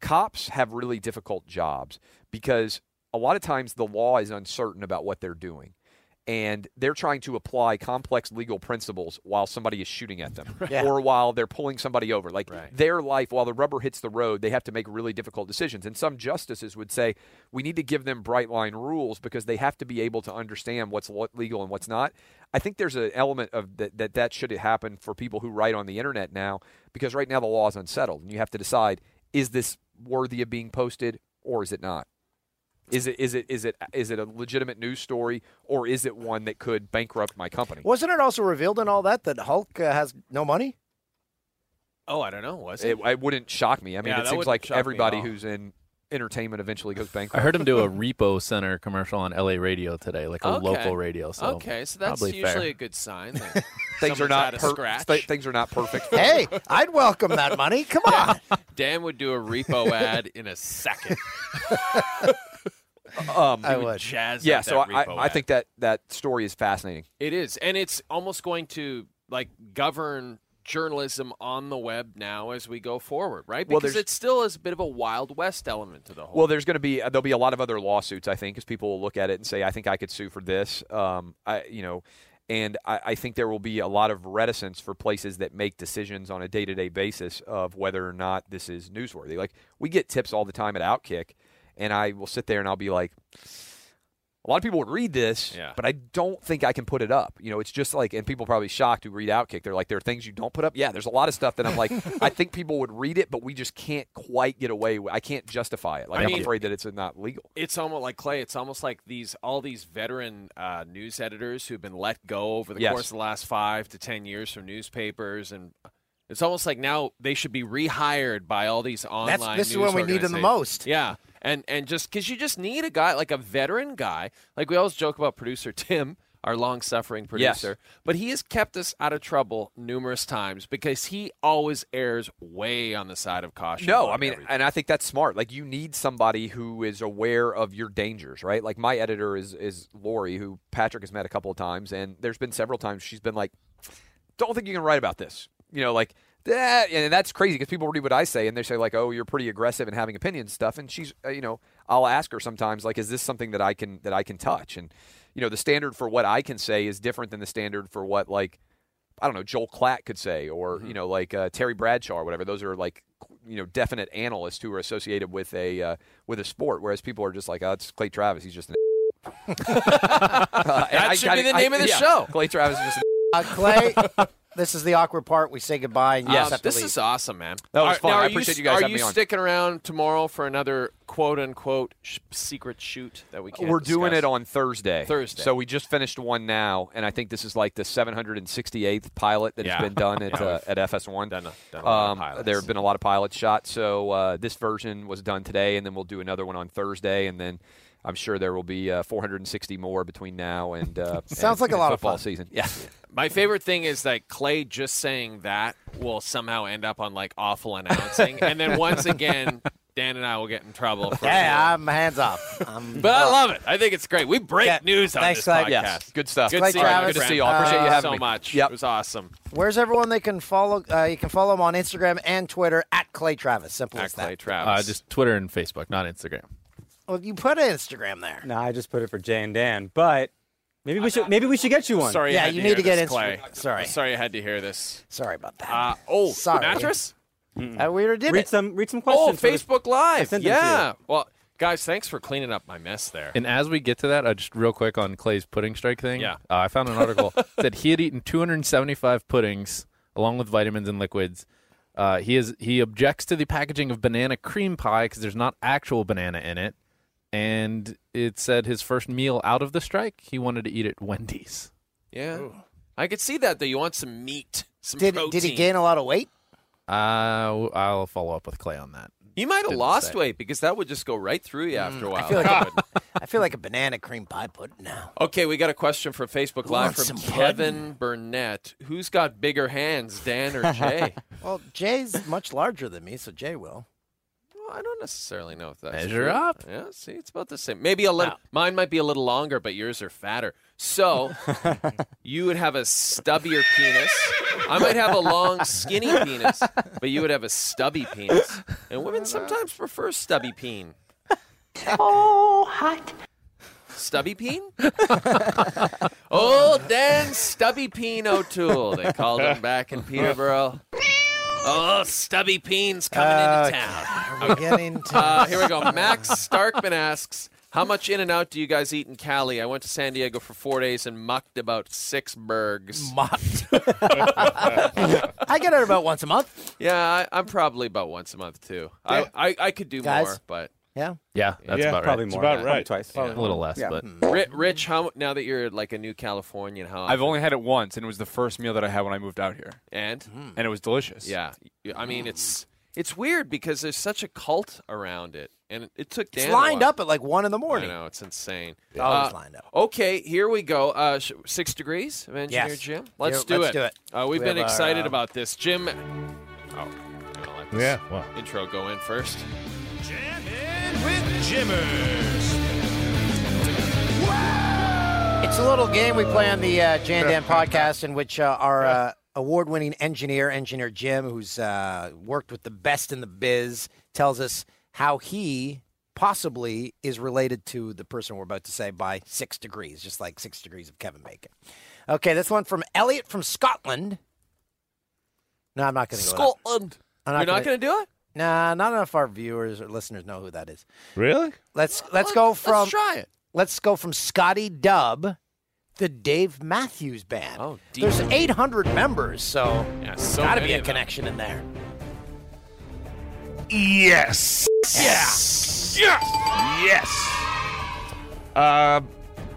cops have really difficult jobs because a lot of times the law is uncertain about what they're doing. And they're trying to apply complex legal principles while somebody is shooting at them
Yeah.
or while they're pulling somebody over. Like
Right.
their life, while the rubber hits the road, they have to make really difficult decisions. And some justices would say we need to give them bright line rules because they have to be able to understand what's lo- legal and what's not. I think there's an element of that, that that should happen for people who write on the internet now because right now the law is unsettled and you have to decide is this worthy of being posted or is it not? Is it is it is it is it a legitimate news story or is it one that could bankrupt my company?
Wasn't it also revealed in all that that Hulk uh, has no money?
oh, I don't know. Was it?
It, it wouldn't shock me. I mean,
Yeah,
it
that
seems
wouldn't
like
shock me at
everybody
all.
who's in entertainment eventually goes
I
bankrupt.
heard him do a repo center commercial on LA radio today, like a
Okay.
local radio. So
okay, so that's
probably
usually
fair.
a good sign. That
things are
someone's
not
out of
per-
scratch.
th- things are not perfect. For
Hey, I'd welcome that money. Come on.
Dan would do a repo ad in a second.
um,
I
He
would.
jazz up
yeah, so
that
I,
repo
I
ad.
think that that story is fascinating.
It is, and it's almost going to like govern journalism on the web now as we go forward, right?
Well,
Because
there's-
it still is a bit of a wild west element to the whole.
Well, there's going to be uh, there'll be a lot of other lawsuits, I think, because people will look at it and say, I think I could sue for this. Um, I you know, and I, I think there will be a lot of reticence for places that make decisions on a day to day basis of whether or not this is newsworthy. Like we get tips all the time at Outkick, and I will sit there and I'll be like. A lot of people would read this,
Yeah.
but I don't think I can put it up. You know, it's just like, and people are probably shocked who read Outkick. They're like, there are things you don't put up. Yeah, there's a lot of stuff that I'm like, I think people would read it, but we just can't quite get away. with I can't justify it.
I
Like, I'm
mean-
afraid that it's not legal.
it's almost like Clay. It's almost like these all these veteran uh, news editors who've been let go over the
Yes.
course of the last five to ten years from newspapers, and it's almost like now they should be rehired by all these online.
this is
news
when we need them the
organizations.
most.
Yeah, and and just because you just need a guy like a veteran guy, like we always joke about producer Tim, our long-suffering producer, but he has kept us out of trouble numerous times because he always errs way on the side of caution.
No,
about
I mean,
everything.
and I think that's smart. Like, you need somebody who is aware of your dangers, right? Like, my editor is is Lori, who Patrick has met a couple of times, and there's been several times she's been like, "Don't think you can write about this," you know, like that, and that's crazy because people read what I say and they say like, "Oh, you're pretty aggressive and having opinions and stuff," and she's, uh, you know, I'll ask her sometimes like, "Is this something that I can that I can touch?" and you know the standard for what I can say is different than the standard for what like I don't know Joel Klatt could say or
Mm-hmm.
you know like uh, Terry Bradshaw or whatever. Those are like you know definite analysts who are associated with a uh, with a sport, whereas people are just like, oh, it's Clay Travis. He's just an. Uh, and
That
I
should
kinda-
be the name
I-
of the
yeah,
show.
Clay Travis is just. An
Uh, Clay, this is the awkward part. We say goodbye. And you
Yeah,
just have
Uh,
to
Um, this
leave.
is awesome, man.
That was
Are-
fun.
now,
I
are
appreciate
s-
you guys
Are
having
you
me on.
sticking around tomorrow for another quote unquote sh- secret shoot that we can't?
We're doing
discuss?
it on Thursday.
Thursday.
So we just finished one now, and I think this is like the 768th pilot that
Yeah.
has been done at
Yeah,
uh, at FS1.
done a- done a lot of pilots.
Um, there have been a lot of pilots shot. So uh, this version was done today, and then we'll do another one on Thursday, and then. I'm sure there will be uh, 460 more between now and uh,
Sounds
and-
like a
and
lot of
football
fun.
season. Yeah,
My favorite thing is that Clay just saying that will somehow end up on like awful announcing, and then once again, Dan and I will get in trouble. For
Yeah, I'm hands off. I'm,
but I love it. I think it's great. We break
Yeah.
news on this
Thanks, Clay.
podcast.
yes, good stuff. Uh,
Good,
Clay
seeing you,
Travis,
good
good to see
friend.
you. all. Appreciate you
Thank
having
Uh, so
me.
much.
Yep.
It was awesome.
Where's everyone they can follow? Uh, you can follow them on Instagram and Twitter at Clay Travis. Simple as
At Clay
that.
Uh,
Travis.
just Twitter and Facebook, not Instagram.
Well, you put Instagram there.
No, I just put it for Jay and Dan, but maybe we should maybe we should get you one.
sorry. I
Yeah,
had
you
to
need
hear
to get
this,
Instagram.
Clay.
Sorry.
Sorry, I had to hear this.
Sorry about that.
Uh, oh,
Sorry.
mattress.
Uh, we already did
Read
it.
some read some
Oh,
questions. for this-
Facebook Live.
sent them to
Yeah. Well, guys, thanks for cleaning up my mess there.
And as we get to that, I just real quick on Clay's pudding strike thing.
Yeah.
uh, I found an article that he had eaten 275 puddings along with vitamins and liquids. Uh, he is he objects to the packaging of banana cream pie because there's not actual banana in it, and it said his first meal out of the strike he wanted to eat at Wendy's.
yeah. I could see that though. You want some meat, some
Did,
protein.
did he gain a lot of weight?
Uh, I'll follow up with Clay on that.
He might have
Didn't
lost
say.
weight because that would just go right through you after a while.
feel like I feel like a banana cream pie pudding now.
okay, we got a question from Facebook Live
wants
from
some
Kevin Burnett. Who's got bigger hands, Dan or Jay?
Well, Jay's much larger than me, so Jay will.
well, I don't necessarily know if that's
Measure
true.
up.
Yeah, see, it's about the same. Maybe a little. Mine might be a little longer, but yours are fatter. So you would have a stubbier penis. I might have a long, skinny penis, but you would have a stubby penis. And women sometimes prefer stubby peen.
Oh, hot.
Stubby Peen? Old Dan Stubby Peen O'Toole, they called him back in Peterborough. Oh, Stubby Peen's coming
Uh,
into town.
Are we getting to
Uh, here we go. Max Starkman asks, how much in and out do you guys eat in Cali? I went to San Diego for four days and mucked about six burgers.
mocked? I get it about once a month.
Yeah, I, I'm probably about once a month too.
Yeah.
I, I, I could do
Guys.
more, but
Yeah.
Yeah, that's
Yeah,
about
Probably
right.
more.
about
than that,
right.
Probably twice.
A little less,
Yeah.
but
Ri- Rich, how now that you're like a new Californian, how
I've only had it once, and it was the first meal that I had when I moved out here,
and
and it was delicious.
Hmm. Yeah, Y- I mean it's it's weird because there's such a cult around it, and it took Dan a
It's lined
while.
up at like one in the
I
morning.
know it's insane.
It's always
Uh,
lined up.
Okay, here we go. Uh, sh- six degrees of engineer
Yes.
Jim. Let's
Here,
do
let's
it.
do it.
Uh, we've
We
been
have our,
excited
um,
about this, Jim. Oh, I'm gonna let this
Yeah. Well,
intro go in first.
Jamming with Jimmers.
It's a little game we play on the uh, Jan Dan podcast in which uh, our uh, award winning engineer, Engineer Jim, who's uh, worked with the best in the biz, tells us how he possibly is related to the person we're about to say by six degrees, just like six degrees of Kevin Bacon. Okay, this one from Elliot from Scotland. No, I'm not going to go. with
Scotland.
that. I'm
You're not gonna do it.
to. Nah, not enough of our viewers or listeners know who that is.
really?
Let's let's go from
Let's try it.
Let's go from Scotty Dub, the Dave Matthews Band.
Oh, deep.
there's 800 members, so
Yeah, so
gotta
many
be a
of them.
connection in there.
Yes.
Yes. Yeah.
Yes. Uh,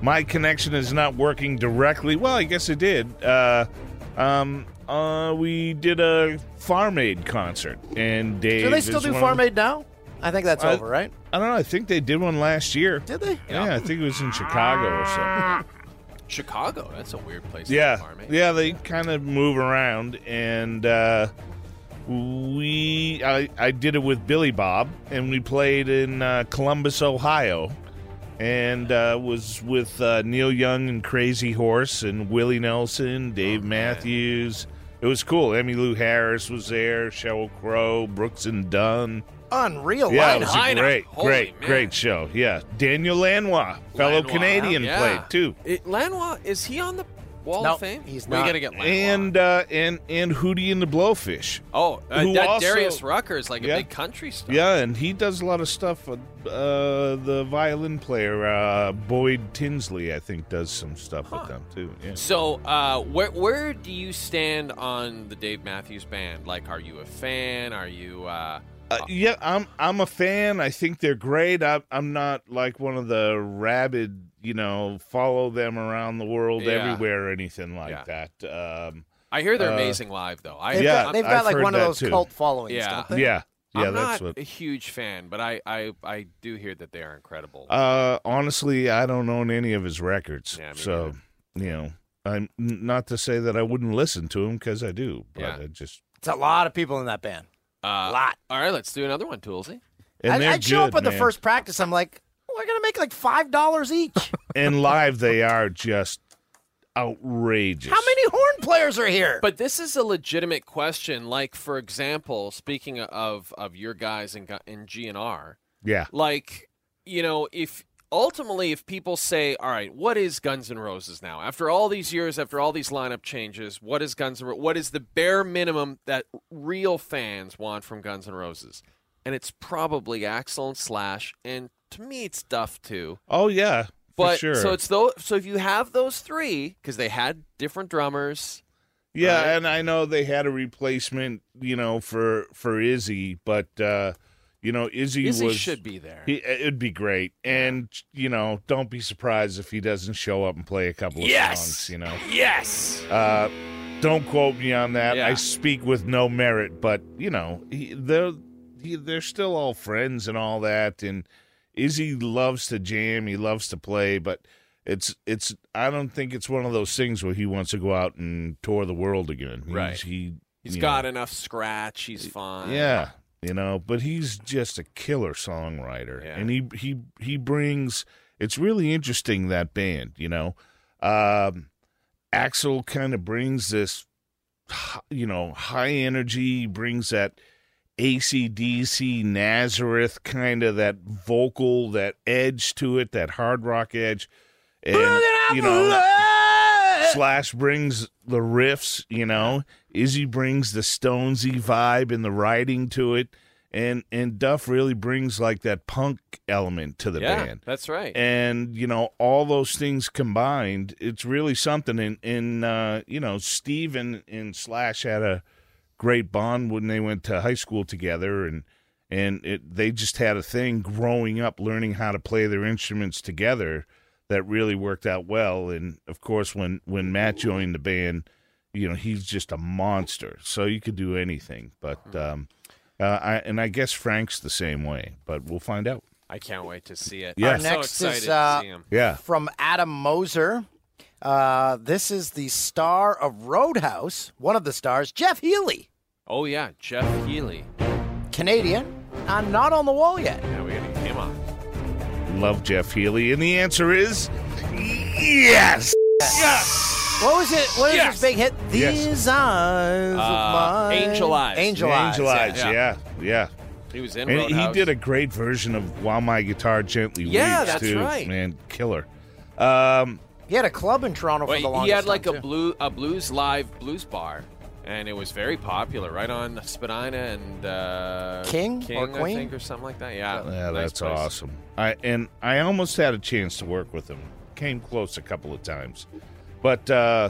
my connection is not working directly. Well, I guess it did. Uh, um, uh, we did a Farm Aid concert, and Dave.
Do they still
is
do
one of
Farm
the-
Aid now? I think that's
I-
over, right?
I don't know. I think they did one last year.
Did they?
Yeah, I think it was in Chicago or something.
Chicago. That's a weird place. To
Yeah,
farm, eh?
yeah, they kind of move around, and uh, we I, I did it with Billy Bob, and we played in uh, Columbus, Ohio, and uh, was with uh, Neil Young and Crazy Horse and Willie Nelson, Dave Matthews. It was cool. Emmy Lou Harris was there, Sheryl Crow, Brooks and Dunn.
Oh,
unreal
yeah,
lineup.
it was a great, great, great show. Yeah, Daniel Lanois, fellow
Lanois,
Canadian,
yeah.
played too.
It, Lanois, is he on the Wall of Fame?
He's
we gotta get Lanois.
And uh, and and Hootie and the Blowfish.
Oh, uh,
who
that
also-
Darius Rucker is like
Yeah.
a big country star.
Yeah, and he does a lot of stuff. Uh, uh, the violin player uh, Boyd Tinsley, I think, does some stuff with them too. Yeah.
So, uh, where where do you stand on the Dave Matthews Band? Like, are you a fan? Are you? Uh,
Uh, yeah, I'm I'm a fan. I think they're great. I, I'm not like one of the rabid, you know, follow them around the world
Yeah.
everywhere or anything like that. Um,
I hear they're
uh,
amazing live, though. I,
They've got-
I'm-
they've got, I've like, heard one of that, those too. cult followings,
Yeah,
don't they? Yeah. Yeah,
I'm
that's
not
what-
a huge fan, but I, I, I do hear that they are incredible.
Uh, honestly, I don't own any of his records.
Yeah, me
so, you know, I'm n- not to say that I wouldn't listen to him because I do, but
Yeah.
I just
It's a lot of people in that band.
Uh, a lot. All right, let's do another one, Toolsy.
and
I'd,
they're
I'd show up
good,
at the
man.
first practice. I'm like, we're gonna make like five dollars each.
and live they are just outrageous.
How many horn players are here?
But this is a legitimate question. Like, for example, speaking of of your guys in Gu- in GNR,
Yeah.
like you know, if ultimately if people say, "All right, what is Guns N' Roses now?" After all these years, after all these lineup changes, what is Guns N' Ro- What is the bare minimum that real fans want from Guns N' Roses? And it's probably Axel and Slash, and to me, it's Duff too.
Oh yeah, for
But
sure.
so it's those. So if you have those three, because they had different drummers.
Yeah, and I know they had a replacement, you know, for for Izzy, but uh, you know, Izzy,
Izzy
was
should be there.
He, it'd be great, and you know, don't be surprised if he doesn't show up and play a couple of
Yes!
songs. You know,
Yes.
uh, don't quote me on that. I speak with no merit, but you know, he, they're he, they're still all friends and all that. And Izzy loves to jam, he loves to play, but it's it's I don't think it's one of those things where he wants to go out and tour the world again.
Right.
he's, he
He's
you
got enough scratch. He's fine.
know, yeah, you know, but he's just a killer songwriter, and he he he brings. It's really interesting that band, you know. Um, Axel kind of brings this, h- you know, high energy, he brings that ACDC Nazareth kind of that vocal, that edge to it, that hard rock edge. And, you know, Slash brings the riffs, you know, Izzy brings the Stonesy vibe and the writing to it. And, and Duff really brings like that punk element to the
Yeah,
band
that's right.
and you know all those things combined it's really something and and uh you know steve and, and slash had a great bond when they went to high school together and and it, they just had a thing growing up learning how to play their instruments together that really worked out well and of course when when matt joined the band you know he's just a monster so you could do anything but
Mm-hmm.
um uh, I, and i guess frank's the same way but we'll find out
I can't wait to see it.
Yeah.
I'm so
Next
This
excited
is uh,
to see him.
Yeah.
from Adam Moser. Uh, this is the star of Roadhouse, one of the stars, Jeff Healy,
Oh yeah, Jeff Healy.
Canadian. I'm not on the wall yet.
Yeah, we gotta get him on.
Love Jeff Healy, and the answer is yes.
Yes. What was it? What is this big hit? These eyes of
Uh,
mine.
Angel Eyes.
Angel
Yeah,
Eyes.
Angel Eyes, yeah, yeah.
He was in
and
Roadhouse.
he did a great version of "While My Guitar Gently
Yeah,
Weeps."
that's
too.
right.
man, killer. Um,
He had a club in Toronto
Wait,
for the longest
he had like
time,
a
too.
blue a blues live blues bar, and it was very popular, right on Spadina and uh,
King or
I
Queen?
think, or something like that. Yeah,
yeah,
nice
that's
place.
awesome. I and I almost had a chance to work with him. Came close a couple of times, but uh,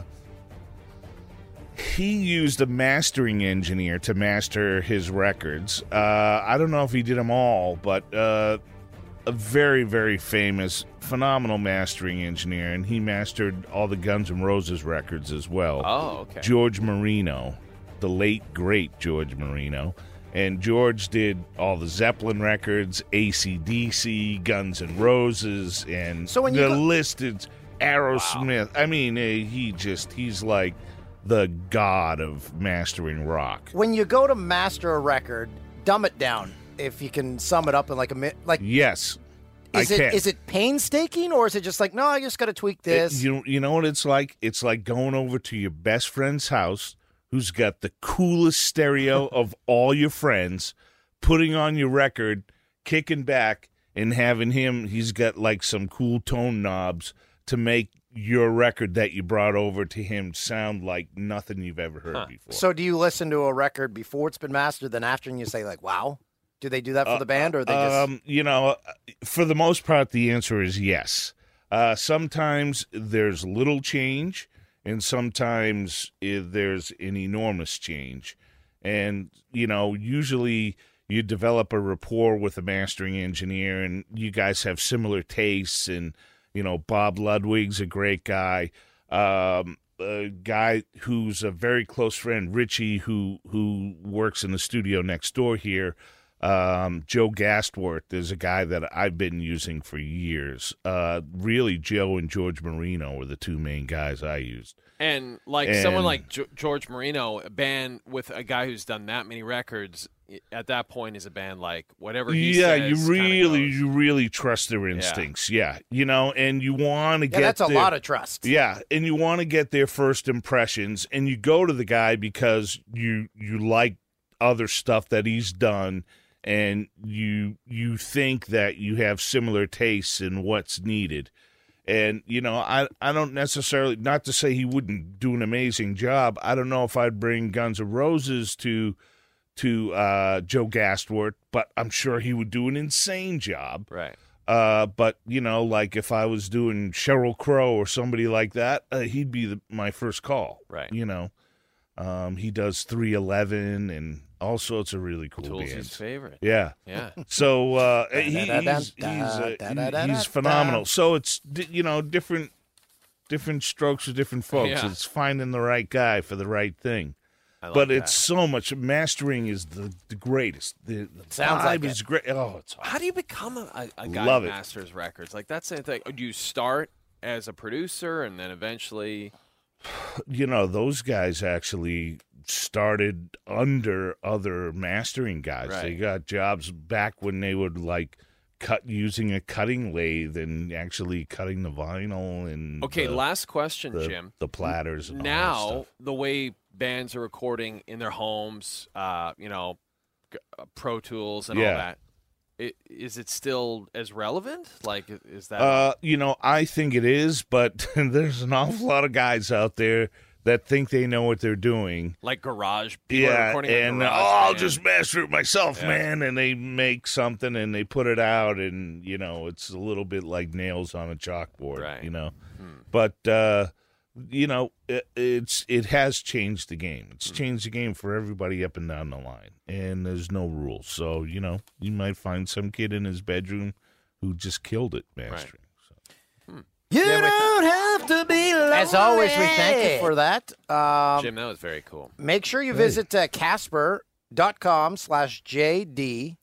he used a mastering engineer to master his records. Uh, I don't know if he did them all, but uh, a very very famous, phenomenal mastering engineer, and he mastered all the Guns N' Roses records as well.
Oh, okay.
George Marino, the late great George Marino. And George did all the Zeppelin records, ACDC, Guns N' Roses, and
So when you
the
go-
list is Aerosmith. I mean, uh, he just, he's like the god of mastering rock.
When you go to master a record, dumb it down. If you can sum it up in like a minute, like
Yes.
is
I
it
can.
is it painstaking or is it just like no, I just got to tweak this?
It- you you know what it's like? It's like going over to your best friend's house, who's got the coolest stereo of all your friends, putting on your record, kicking back, and having him. He's got like some cool tone knobs to make your record that you brought over to him sound like nothing you've ever heard before.
So do you listen to a record before it's been mastered, then after, and you say like, "Wow"? Do they do that for
Uh,
the band, or they just?
um, you know, for the most part, the answer is yes. Uh, sometimes there's little change, and sometimes eh, there's an enormous change. And you know, usually you develop a rapport with a mastering engineer, and you guys have similar tastes. And you know, Bob Ludwig's a great guy. Um, a guy who's a very close friend, Richie, who who works in the studio next door here um, Joe Gastworth is a guy that I've been using for years. Uh, really, Joe and George Marino were the two main guys I used.
And like someone
And-
like G- George Marino, a band with a guy who's done that many records, i- at that point is a band like whatever he
yeah,
says.
you really, you really trust their instincts. Yeah, you know, and you want to
Yeah,
get
that's a
their-
lot of trust.
Yeah, and you want to get their first impressions, and you go to the guy because you you like other stuff that he's done, and you you think that you have similar tastes in what's needed, and you know I I don't necessarily not to say he wouldn't do an amazing job. I don't know if I'd bring Guns N' Roses to to uh, Joe Gastwort, but I'm sure he would do an insane job.
Right.
Uh, but you know, like if I was doing Cheryl Crow or somebody like that, uh, he'd be the, my first call. Right. You know, um, he does three eleven and all sorts of really cool
Tool's his
bands.
favorite.
Yeah.
Yeah.
So uh, he, he's,
Da-da-da-da,
he's, uh,
da-da-da-da-da.
he- he's phenomenal. So it's di- you know different different strokes for different folks.
Yeah.
It's finding the right guy for the right thing.
I like
but
that.
it's so much mastering is the, the greatest. The, the
Sounds
vibe
like it.
is great. Oh, it's
How do you become a, a, a guy
Love
who
it.
masters records? Like that's the thing. Do you start as a producer and then eventually?
you know those guys actually started under other mastering guys they
Right.
got jobs back when they would like cut using a cutting lathe and actually cutting the vinyl and
Okay,
the-
last question,
the-
Jim.
the platters and all that
now
stuff.
the way bands are recording in their homes, uh, you know, g- uh, Pro Tools and all
Yeah.
that. i- Is it still as relevant? Like, i- is that
uh you know i think it is but there's an awful lot of guys out there that think they know what they're doing
like garage? people are
yeah,
recording in
and oh,
garage
I'll
band.
just master it myself,
Yeah.
man. And they make something and they put it out, and you know, it's a little bit like nails on a chalkboard, you know.
Hmm.
But uh, you know, it, it's it has changed the game. It's
Hmm.
changed the game for everybody up and down the line, and there's no rules. So you know, you might find some kid in his bedroom who just killed it mastering.
You
don't
have to be lonely. As always, we thank you for that. Um,
Jim, that was very cool.
Make sure you
Hey.
visit uh, casper.com slash JD,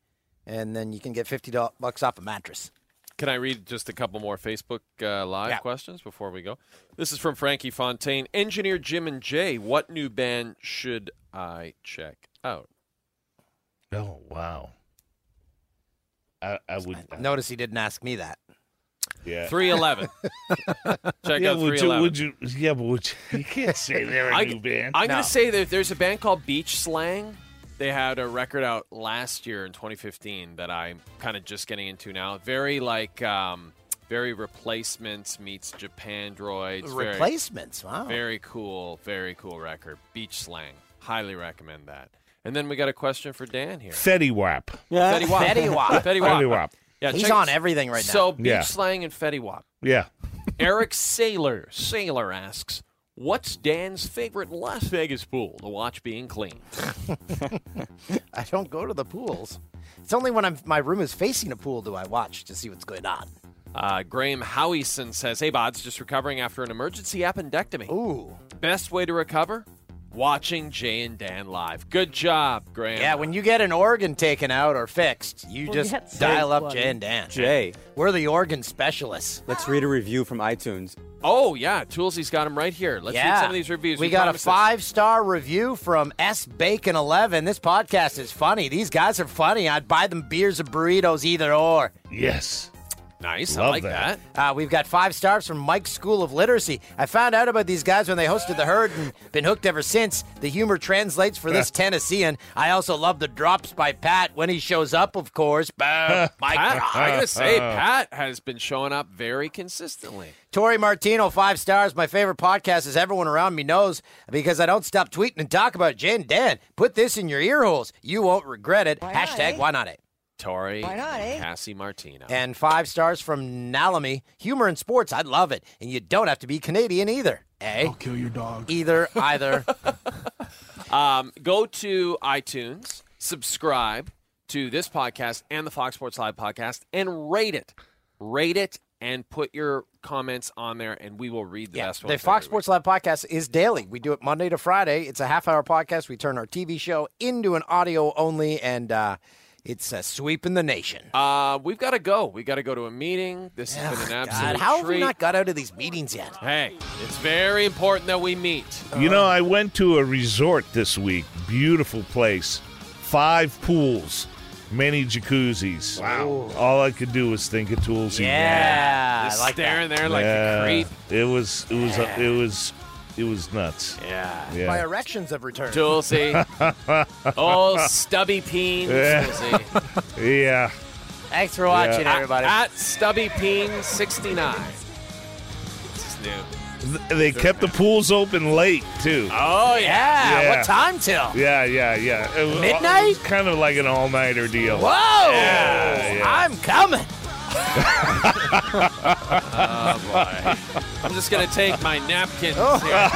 and then you can get 50 bucks off a mattress.
Can I read just a couple more Facebook uh, live questions before we go? This is from Frankie Fontaine, engineer Jim and Jay. What new band should I check out?
Oh wow! I, I would uh,
notice he didn't ask me that.
Yeah,
311. Check
yeah,
out
would
311.
you, would you? Yeah, but would you, you can't say they're a
I-
new band.
I'm going to say that there's a band called Beach Slang. They had a record out last year in 2015 that I'm kind of just getting into now. Very like, um, very replacements meets Japan droids. Very-
Replacements, wow.
Very cool, very cool record. Beach Slang. Highly recommend that. And then we got a question for Dan here.
Fetty Wap.
Fetty Wap.
Fetty Wap.
Fetty Wap.
Fetty Wap.
Yeah,
He's
check-
on everything right now.
So Beach
Yeah.
Slang and Fetty Wap.
Yeah.
Eric Sailor Sailor asks, "What's Dan's favorite Las Vegas pool to watch being clean?"
I don't go to the pools. It's only when I'm, my room is facing a pool do I watch to see what's going on.
Uh, Graham Howieson says, "Hey, Bods, just recovering after an emergency appendectomy.
Ooh,
best way to recover." Watching Jay and Dan live. Good job, Graham.
Yeah, when you get an organ taken out or fixed, you
Well,
just
you had to
dial
take
up
one.
Jay and Dan.
Jay.
We're the organ specialists.
Let's read a review from iTunes.
Oh yeah, Toolsy's got him right here. Let's read some of these reviews.
We, got a
promised this.
five star review from S Bacon Eleven. This podcast is funny. These guys are funny. I'd buy them beers or burritos, either or.
Yes.
Nice.
Love
I like that.
Uh, we've got five stars from Mike's School of Literacy. I found out about these guys when they hosted the herd and been hooked ever since. The humor translates for this Tennessean. I also love the drops by Pat when he shows up, of course. Boom. My
Pat,
God.
I gotta
Uh,
say, Pat has been showing up very consistently.
Tori Martino, five stars. My favorite podcast is Everyone Around Me Knows because I don't stop tweeting and talk about Jen Dan. Put this in your ear holes. You won't regret it. Hashtag why not eh? it?
Tori,
Why not, eh?
Cassie Martino.
And five stars from Nalami. Humor and sports, I love it. And you don't have to be Canadian either. Eh? I'll kill your dog. Either, either.
Um, go to iTunes, subscribe to this podcast and the Fox Sports Live podcast, and rate it. Rate it and put your comments on there, and we will read the best
The
ones.
Fox Sports Live podcast is daily. We do it Monday to Friday. It's a half hour podcast. We turn our TV show into an audio only, and uh, it's uh, sweeping the nation.
Uh, we've got to go. We got to go to a meeting. This has been an absolute
God, how have
treat.
we not got out of these meetings yet?
hey, it's very important that we meet.
You know, I went to a resort this week. Beautiful place. Five pools, many jacuzzis. Wow. All I could do was think of Toolsy.
Ah,
Yeah, Just I like that. staring there like a creep.
It was it was it was it was nuts.
Yeah.
My erections have returned.
Toolsy. Oh, stubby peens.
Yeah.
Toolsy.
yeah.
Thanks for
watching, everybody.
At, at Stubby Peen 69. This is new.
Th- They kept the pools open late too.
Oh,
yeah. What time till?
Yeah, yeah, yeah. It was-
Midnight?
it was kind of like an all-nighter deal.
Whoa!
Yeah, yeah.
I'm coming.
Oh, boy. I'm just going to take my napkins here.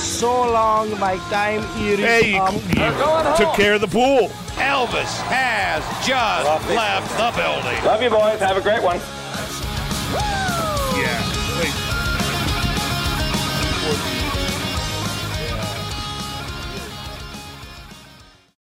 So long, my time here is
Hey, you,
Um,
up.
you took care of the pool. Elvis
has just
left the building.
Love you, boys. Have a great one.
Woo!